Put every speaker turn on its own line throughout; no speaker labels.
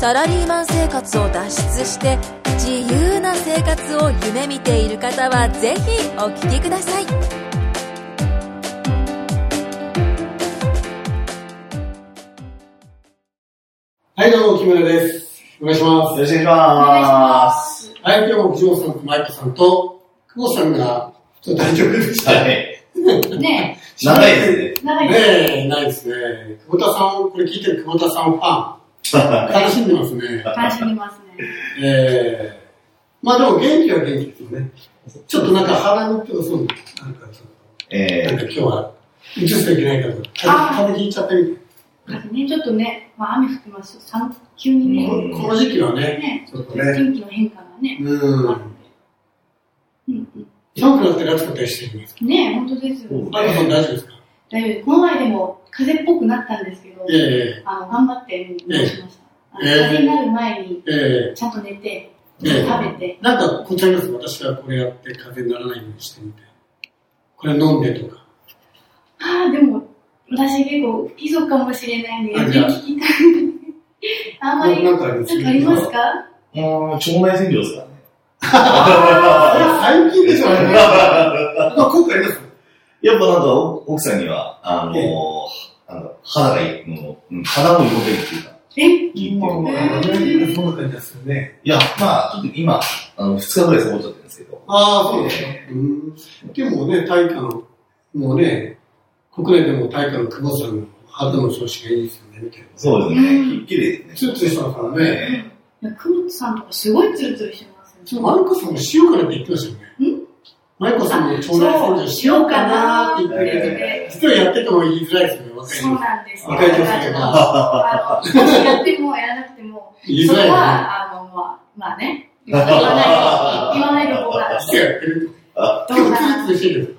サラリーマン生活を脱出して自由な生活を夢見ている方はぜひお聞きください
はい、どうも、木村です。お願いしま
よ
す。
ろしくお願いします。
はい、今日も藤本さんと舞子さんと、久保田さんが、ちょっと大丈夫でした。
は
ね
い。
ね
長いで
え、長いです。
え、ないですね。久保田さん、これ聞いてる久保田さんファ
すね。
ン、楽しんでますね。
楽しみますね。
ええまあでも元気は元気ですよね。ちょっとなんか腹の手がそうなんかちょっと、
え
なん
ー
か今日は、移すといけないから、風邪ひいちゃってみて。
ね、ちょっとね、まあ雨降ってますよ。寒急に
こ
ね、
のこの時期はね、
ね、
ちょっとね、
天気の変化がね、
う
ある
ん。
んで。うん
寒くなって暑かったりしてるんです
うん。ねえ、本当ですよ
そう。
舞子さん大丈夫ですか
だいぶ、この前でも風邪っぽくなったんですけど、
ええ
あの、頑張って治しました。あの
ええ
風邪になる前に、
ええ
ちゃんと寝て、
ええ
食べて、
なんか、こっちあります私はこれやって風邪にならないようにしてみて。これ飲んでとか。
ああ、でも、私結構不規則かもしれないんで、
あ
逆
じゃあ
に聞きたい。あんまり、
な
なんん
か
か
あります
ありますか
もう、腸内洗浄ですからね。
最近でしょ、あれ。まあ、今回あります。
やっぱなんか、奥さんには、あの
ええ
あの肌がいい、もう、うん肌も動けるっていうか、
え
いいっていうか。
そんな感じですよね。
いや、まあ、ちょっと今、あの、二日ぐらいサボっちゃってるんですけど、
ああ、そうですか。うん。でもね、大化の、もうね、国内でも大化の久保さんの肌の調子がいいですよね、みたいな。
そうですね、綺麗です
ツ
ね。
ルツルしたからね。
え
いや、久保田さんとかすごいツルツルしてますよね。
ちょっとマリコさんもしようかなって言ってましたよね。んマリコさんも腸内洗浄しようかなって言ってくれて、
え
実はやってても言いづらいですよね、若い
そう
人。
なんですよ。
若い女性
あの、もしやってもやらなくても、
言いづ
そ
らい
れ
よね。
は、あの、まあ、まあね。言わない、言わないの方が、
してやってる。でも、ツルツルしてる。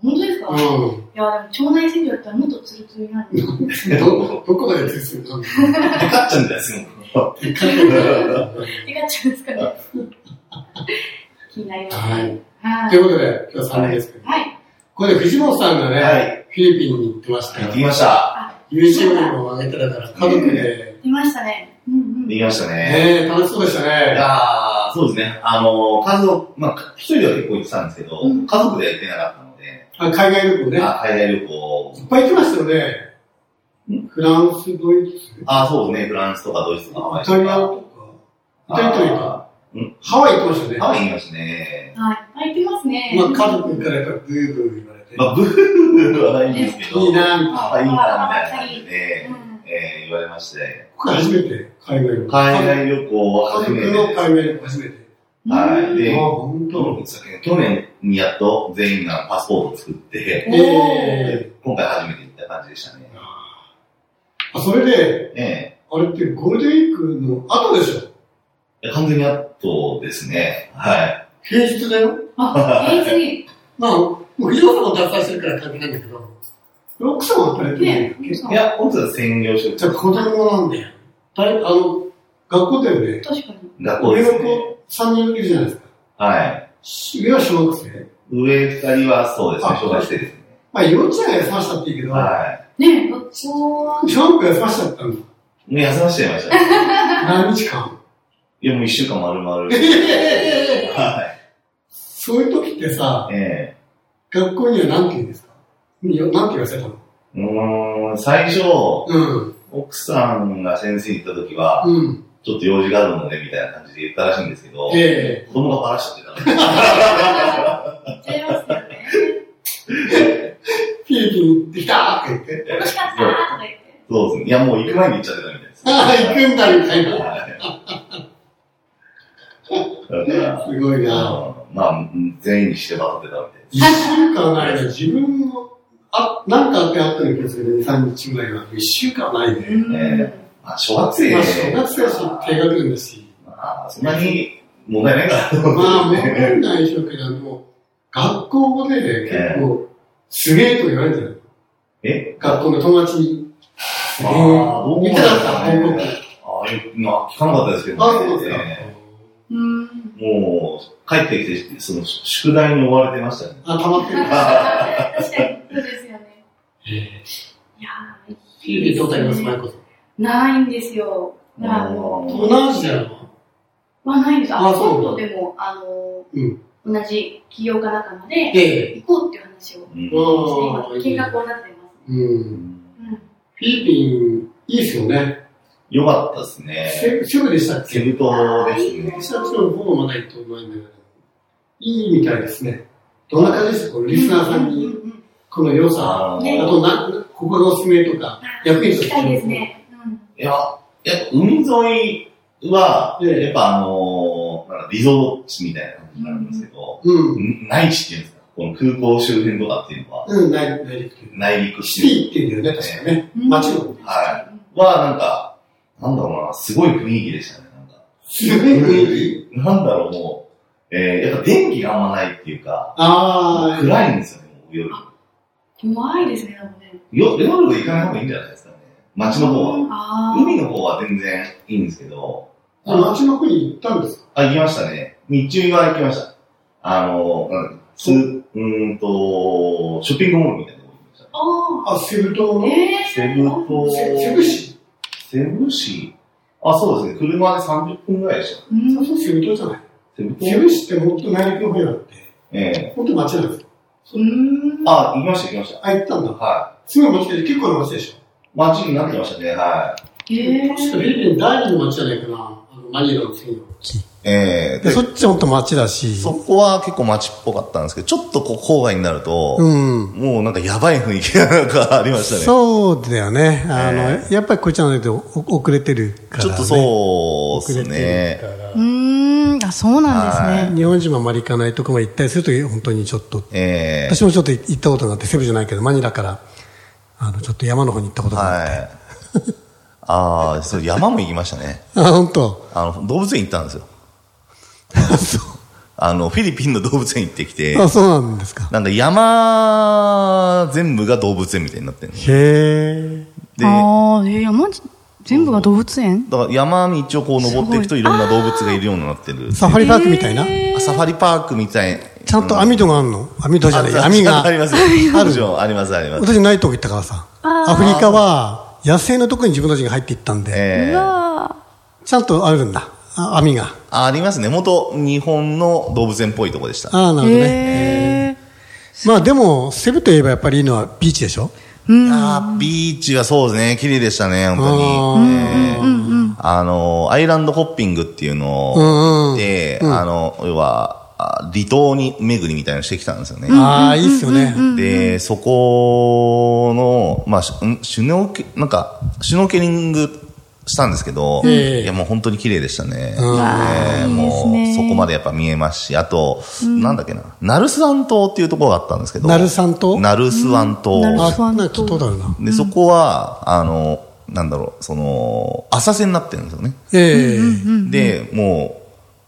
本当ですか、い
うん。
や、でも、腸内洗浄だったらもっとツルツルになるんですよ。
ど、どこまでツルツルなの
でかっちゃうんじゃないですか。
手がちゃうんですかね。気になります
は
ね。
い。
は
と
い。
いうことで、今日は3人ですけど。
はい。
これで藤本さんがね、
はい
フィリピンに行ってました
行
よ
って。きました。
YouTube にも上げてたから、家族で。
出ましたね。うんうん。
できましたね。
ねえ、楽しそうでした
い
ね。
やーそうですね。あの、家族、まあ、一人では結構行ってたんですけど、
うん
家族では行ってなかったので、
あ海外旅行ね。いっ
あ海外旅行、
ぱい行ってましたよね。フランス、ドイツ、
あ、そうですね。フランスとかドイツとかハワ
イ
イ
タリ
と
ア
か。
とか。イタリアとか。
あ
ハワイ行ってました
ー
ね。
ハワイ行きましたね。
はい。あ、言ってますね。
まあ、家族からやっぱブーブー言われて。
まあ、ブーはないんですけど、
いいなみたいな。
あいいな、みたいな感じで、えー言われまして。
僕初めて海外旅行。
海外旅行は
家
初
族
めて
の海
で
外旅行初めて。
うん
はいで
あ、本当。
す。去年にやっと全員がパスポートを作って、
おー
ええ
今回初めて行った感じでしたね。
あ、それで、
え
あれってゴールデンウィークの後でしょ
え完全にあとですね。はい。
平日だよ。
あ、平日に。
まあ、もう藤本さんも脱退してるから関係ないんだけど、奥さんは働いてる
ね
んだよ。
いや、僕は専業主
じゃあ
婦。
子供なんだよ。だいあの、学校だよね。
確かに。
学校
上
で
の
すね。
子3人いるじゃないですか。
はい。
し上は小学生。
上二人はそうですね。
あ
小学生ですね。
まあ、幼稚園は休ましたっていいけど、
は
ねえ、学校は、
小学校休ましちゃったの。
い。もう休ませちゃいましたね。
何日間
いや、もう一週間 丸々。
ええええええ
は
そういう時ってさ、
い。え
学校には何て言うんですかよ何て言わせたの
えうーん、最初、
うん。
奥さんが先生に行った時は、
うん。
ちょっと用事があるので、みたいな感じで言ったらしいんですけど、
え
子供がバラしちゃってたので。
言っちゃいますよね。
えフィリピン行ってきたーって言って。
楽しかったーとか言って。
そうですね。いや、もう行く前に行っちゃってたみたい です。
ああ、行くんだみたいな。
はい。だから、
すごいな。
まあ、全員にしてバってたみたいです。
一週間の間、自分の、あ、なんかあってあったような気がするね。2、3日ぐらいは。一週間ないね。
うん
えまあ、小学生
まあ、小学生だし、低学年だし。
まあ、そんなに問題ないかなと
ま
思
あ、
っ
問
て。
題ないでしょうけど、も学校で結構、すげえと言われてる。
え
学校の友達に。すげえ
あーどう
言ってなかった、
ね
報告。
ああ、よく、まあ、聞かなかったですけど、
あ、そうですか。
え
うん。
えもう、帰ってきて、その、宿題に追われてましたね。
あ、溜まってる。
確かに、そうですよね。
え
いやー
え。いい状態です、前こそ。
ないんですよ。まあ、も
うん
同じじゃん。
う、はないんです。あ、
あそう
今度でも、あの
うん。
ー、同じ企業家仲間で、
ええ。
行こうっていう話をして、
うん
あ
今、計
あ。
画をなってます。
うん。フィリピン、いいですよね。
よかったですね。
セセブでしたっ
セ
け
ブ島ですね。
私はちょっとほぼまだ行ったことないんだけど。いいみたいですね。どんな感じですかこの
うん。
リスナーさん
う
に、
ううん
この良さ。
あ
ね
あ
の
とな、ここがおすすめとか。役に立つ
聞きたいですね。うん。
いや、やっぱ海沿いは、
ええ
やっぱあのーなんかリゾート地みたいな感じになるんですけど、
うん。
ん内地っていうんですか、この空港周辺とかっていうのは、
うん、内内陸圏。
内陸
シティ
地
って言うんだよね、確かね。
うん
もちろん。
はは、なんか、なんだろうな、すごい雰囲気でしたね、なんか。
すごい雰囲気。
なんだろう、もう、えー、やっぱ電気があんまないっていうか、
ああ、
暗いんですよね、もう夜。
怖いですね、でもね。
夜、夜行かない方がいいんじゃないですかね。街の方は。
あー
海の方は全然いいんですけど、
あの街の方に行ったんですか
あ、行きましたね。日中は行きました。あの、うん、す、うーんと、ショッピングモールみたいなとこ行きまし
あ
あ、セブ島
ー。
の
え
た。
ー。
セブ島、
セセブ。市
セブ市あ、そうですね。車で30分ぐらいでした。
うん
そうそう、セブ島じゃない。
セブ島
セブ市ってもっと内陸の方なんで、
ええ
ほんと街なんですよ。
うん。
あ、行きました、行きまし
あ、行ったん
た。
だ。
は
すごい街で、結構な街でしょ。
い。街になってましたね、は
え
確かフィリピン第二の街じゃないかな。あのマニラの次の。
い。ええ
でそっちほんと街だし。
そこは結構街っぽかったんですけど、ちょっとこう郊外になると、
うん。
もうなんかやばい雰囲気がなんかありましたね。
そうだよね。あの、
え
やっぱりこっちのね、お遅れてるから、ね。
ちょっとそうですね。
から
うーん、あ、そうなんですね。
日本人もあまり行かないとこまで行ったりすると、本当にちょっと。
ええ
私もちょっと行ったことがあって、セブじゃないけど、マニラから、あの、ちょっと山の方に行ったことがあって。
はい。ああ、そう、山も行きましたね。
あ、本当。
あの、動物園行ったんですよ。
そう
あの、フィリピンの動物園行ってきて、
あ、そうなんですか。
なんか山全部が動物園みたいになってるの。
へえ。
で、
ああ、えー、山、全部が動物園
だから山道をこう登っていくといろんな動物がいるようになってる。
サファリパークみたいな、
あサファリパークみたい。
ちゃんと網戸があるの網戸じゃない、
あ
網が
あ。ります。
ある
もちろんあります、あります。
私ないとこ行ったからさ。アフリカは、野生のとこに自分たちが入っていったんで、
ええ
ちゃんとあるんだ。あ網が。
あありますね。元日本の動物園っぽいとこでした。
ああ、なるほどね。
へえ
まあでも、セブといえばやっぱりいいのはビーチでしょ
あービーチはそうですね、綺麗でしたね、本当に。えーあの、アイランドホッピングっていうのを、で、あの、要は、あ離島に巡りみたいなのしてきたんですよね。
ああ、いいっすよね。
で、そこの、まあ、しんシュノーケ、なんか、シュノーケリングしたんですけど、
ええ
いやもう本当に綺麗でしたね。
わあ
えー
いいです
も
ね
う、そこまでやっぱ見えますし、あと、なんだっけな、ナルスワン島っていうところがあったんですけど、
ナルサン島
ナルスワン島。
うんナル
あ、なんか聞いたことあるな。
で、そこは、あの、なんだろう、その、浅瀬になってるんですよね。
ええ
で、もう、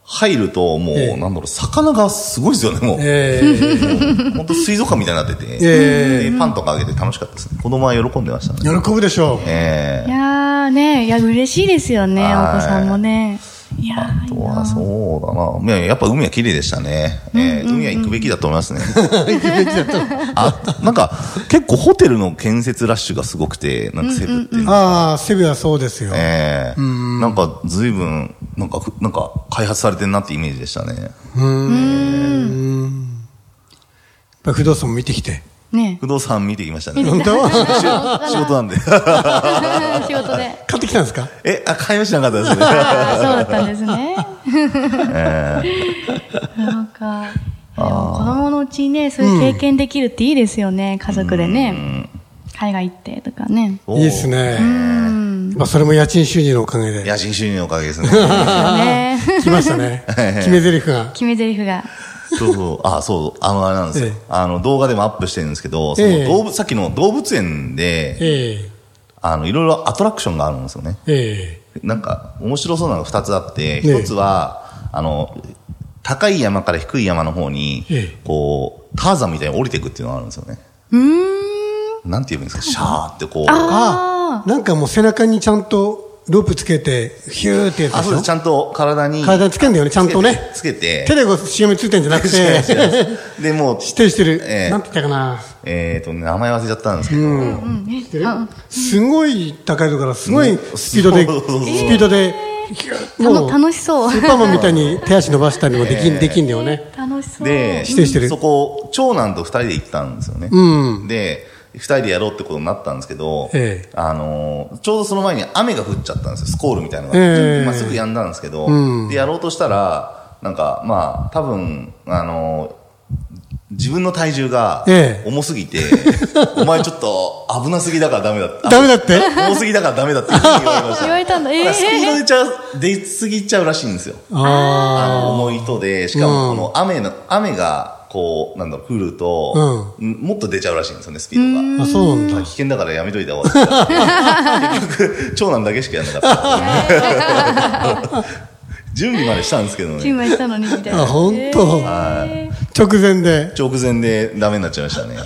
入ると、もう、
ええ
なんだろう、魚がすごいですよね、もう。
え え
本当水族館みたいになってて、
え
でパンとかあげて楽しかったですね。子供は喜んでましたね。
喜ぶでしょう。
ええ
いやーね、いや、嬉しいですよね、
はい
お子さんもね。いやー
あとは、そうだな。いややっぱ海は綺麗でしたね。ええ海は行くべきだと思いますね。 あ、なんか、結構ホテルの建設ラッシュがすごくて、なんかセブっていうのは
ああ、セブはそうですよ。
ええなんか随分、なんかふ、なんか開発されてるなってイメージでしたね。
やっぱり不動産も見てきて。
ね
不動産見てきましたね。
本当
仕事なんで。
仕事で。
買ってきたんですか
え、あ、会話しなかったですね。
ああ、そうだったんですね。なんか、でも子供のうちにね、そういう経験できるっていいですよね、家族でね。海外行ってとかね。
おー
いいです。ね。まあそれも家賃収入のおかげで。
家賃収入のおかげ ですね。
ね
来ました ね。決め台詞が。
決め台詞が。
そうそう。あ、そう、あの、あれなんですよ
ええ。
あの、動画でもアップしてるんですけど、そ
ええ
の動物、さっきの動物園で、
ええ
あの、いろいろアトラクションがあるんですよね。
ええ
なんか、面白そうなのが2つあって、
ええ
1つは、あの、高い山から低い山の方に、こう、ターザンみたいに降りていくっていうのがあるんですよね。
うん。
なんて言うんですか、シャーってこう。
ああ。なんかもう背中にちゃんとロープつけて、ヒューってやつ
あ、そうです。ちゃんと体に。
体につけんだよね、ちゃんとね。
つけて。
手でこう CM ついてんじゃなくて。
で、もう。
指定してる。えー、なんて言ったかな。。
えっ、と、名前忘れちゃったんですけど。うん
すごい高いとこから、すごいスピードで、スピードで、
もう楽しそう。
スーパーマンみたいに手足伸ばしたりもできん、できんだよね。
楽しそう。
で、
指定してる。
そこ、長男と二人で行ったんですよね。
うん。
で、二人でやろうってことになったんですけど、ええ、あの、ちょうどその前に雨が降っちゃったんですよ、スコールみたいなのが。ええ、まあ、すぐやんだんですけど、うん、で、やろうとしたら、なんか、まあ、多分、あの、自分の体重が重すぎて、え え、お前ちょっと危なすぎだからダメだった。
ダメだって
重すぎだからダメだって言われ ました。
言われたんだ。え
ー、スピード出ちゃ、出すぎちゃうらしいんですよ。
あ
あの重い糸で、しかもこの雨の、雨が、こう、なんだろう、降ると、うん、もっと出ちゃうらしいんですよね、スピー
ドが。あ、そうなん
だ。危険だからやめといた方がいい。結局、長男だけしかやんなかった。準備までしたんですけどね。
準備したのにみたいな。
あ、本当。はい。直前で。
直前でダメになっちゃいましたね。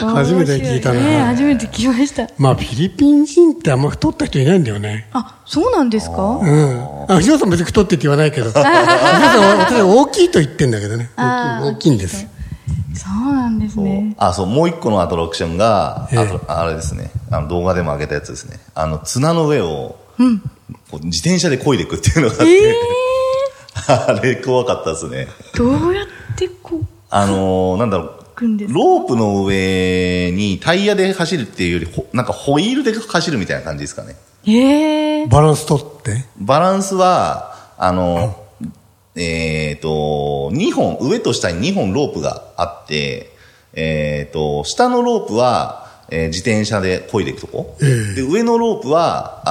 初めて聞いたね。ね
初めて聞きました。
まあ、フィリピン人ってあんま太った人いないんだよね。。
あ、そうなんですかうん
あ、藤野さん別に太ってって言わない けど。藤野さんは私は大きいと言ってんだけどね。大きいんです。
そうなんですね。
あ、そう、もう一個のアトラクションが、ああれですね。あの動画でも上げたやつですね。あの、綱の上を、うん、自転車で漕いでいくっていうのがあって、 あれ怖かったですね。
どうやってこう。
あのー、なんだろう。ロープの上にタイヤで走るっていうより、なんかホイールで走るみたいな感じですかね。
えー、
バランス取って
バランスは、あの、えっ、ー、と、2本、上と下に2本ロープがあって、えっ、ー、と、下のロープは、えー、自転車で漕いでいくとこ、えー、で上のロープは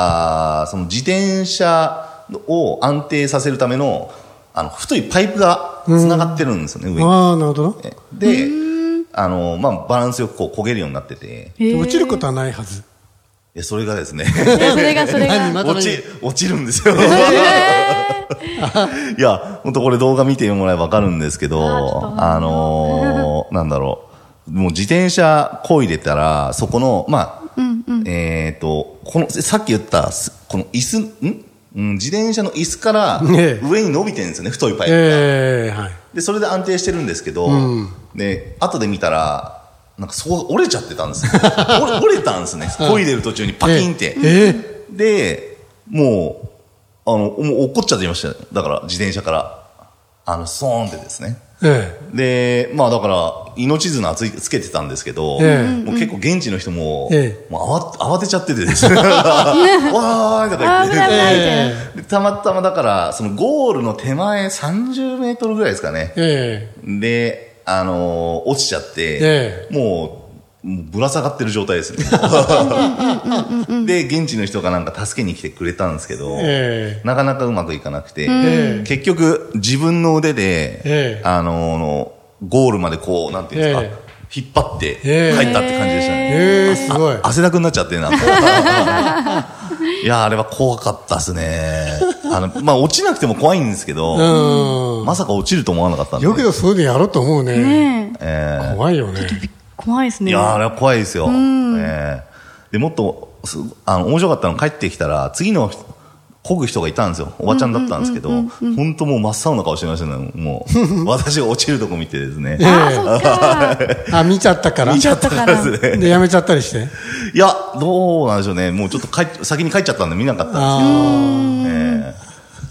あその自転車を安定させるためのあの太いパイプが繋がってるんですよね、うん、上に
ああなるほど
であの、まあ、バランスよくこう焦げるようになってて、
えー、落ちることはないはず
いやそれがです ね
それがそれが
落ち落ちるんですよ いや本当これ動画見てもらえばわかるんですけどあ のー、なんだろうもう自転車こいでたら、そこの、まあ、うんうん、えっ、と、この、さっき言った、この椅子、んうん、自転車の椅子から上に伸びてるんですよね、太いパイプが、。
えーはい
で、それで安定してるんですけど、うん、で、後で見たら、なんかそこが折れちゃってたんですよ。 折折れたんですね。こいでる途中にパキンって。
えー、
えー、で、もう、あの、もう落っこっちゃってました。だから、自転車から。あの、ソーンってですね。
え
え、で、まあだから、命綱つつけてたんですけど、ええ、もう結構現地の人も、ええ、もう慌てちゃっててです ね、わーいとか言って、たまたまだから、そのゴールの手前30メートルぐらいですかね。
え
え、で、あのー、落ちちゃって、
ええ、
もう、ぶら下がってる状態ですね。で、現地の人がなんか助けに来てくれたんですけど、
え
ー、なかなかうまくいかなくて、えー、結局自分の腕で、
え
ー、あのゴールまでこう、なんていうんですか、引っ張って帰ったって感じでしたね。
えー、すごい。
汗だくになっちゃってな。 いや、あれは怖かったですね。あの、まあ、落ちなくても怖いんですけど、まさか落ちると思わなかったんで。
よけどそういうのやろうと思うね。
え
ー、怖いよね。
怖いですね。
いやあれは怖いですよ。うん、えー、で、もっと、あの、面白かったの帰ってきたら、次の、こぐ人がいたんですよ。おばちゃんだったんですけど、本当もう真っ青な顔してましたね。も う、私が落ちるとこ見てですね。
あ、見ちゃったから。
見ちゃったからですね。
で、やめちゃったりして。
いや、どうなんでしょうね。もうちょっと帰先に帰っちゃったんで見なかったんですけど。え
ー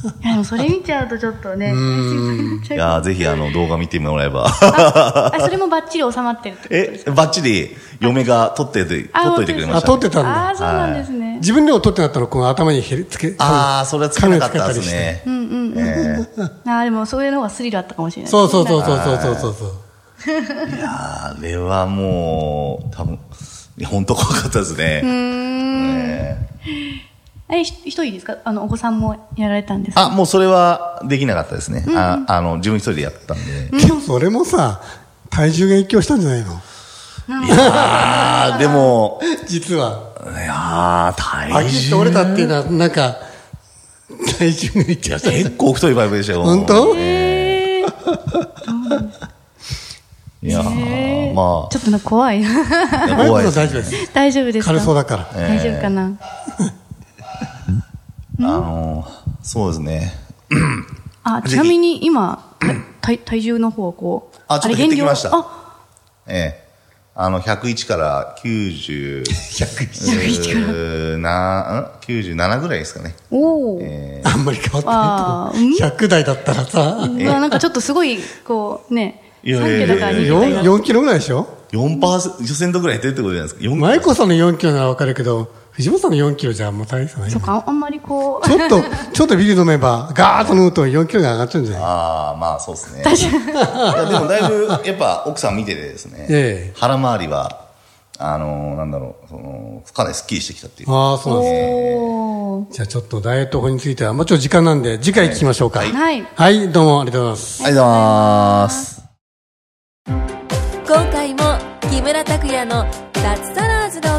いや、でもそれ見ちゃうとちょっとね、
いや、ぜひあの動画見てもらえば。
あ、それもバッチリ収まってる
え、バッチリ嫁が撮ってて、撮っといてくれました。
あ、撮ってたんだ。
あ、そうなんですね。
自分でも撮ってなったら、この頭にひつけ、
ああ、それはつけなかったですね。
うんうんうん。ああ、でもそういうのがスリルあったかもしれない。
そうそうそうそうそうそうそう。
いやあれはもう、多分、本当怖かったですね。
うん。え、一人ですかあの、お子さんもやられたんですか
あ、もうそれはできなかったですね。うんうん、ああの、自分一人でやったん
で。でもそれもさ、体重が影響したんじゃないの
いやー、でも。
実は。
いやー、体重。
あ、きっと折れたっていうのは、なんか、体重が影響した。
結構太いバイブでしたよ。
本当、えー
いやーま
ちょっとなんか怖い。
あ、
大
怖い
丈夫です。
大丈夫ですか
軽そうだから。
大丈夫かな、
あのーそうですね。
あ、ちなみに今、体体重の方はこう。
あちょっと減ってきました
れ減量あ、
ええ。あの、101から90、101から97ぐらいですかね。
おお、
あんまり変わ
あ
って
ー、うん
ないと。100代だったらさ、
うわなんかちょっとすごい、こうね、
いやいやいや
3キ
いや
ロだから
いや
4,
2
4キロぐらいでしょ
4%ぐらい減ってるってことじゃないですか。4
舞子さんの4キロならわかるけど、藤本さんの4キロじゃもう大変ですよね。
そうか、あんまりこう
ち、ょっと、ちょっとビール飲めば、ガーッと飲むと4キロが上がっちゃうんじゃない
ああ、まあそうですね。いや、でもだいぶ、やっぱ奥さん見ててですね、
ええ
腹回りは、あのーなんだろう、その、かなりスッキリしてきたっていう。
ああ、そうなんですね。
おー
じゃあちょっとダイエット法については、もうちょっと時間なんで、次回聞きましょうか。はい。
はい。
はい、どうもありがとうございます。
ありがとうございます。
今回も木村拓哉の脱サラーズが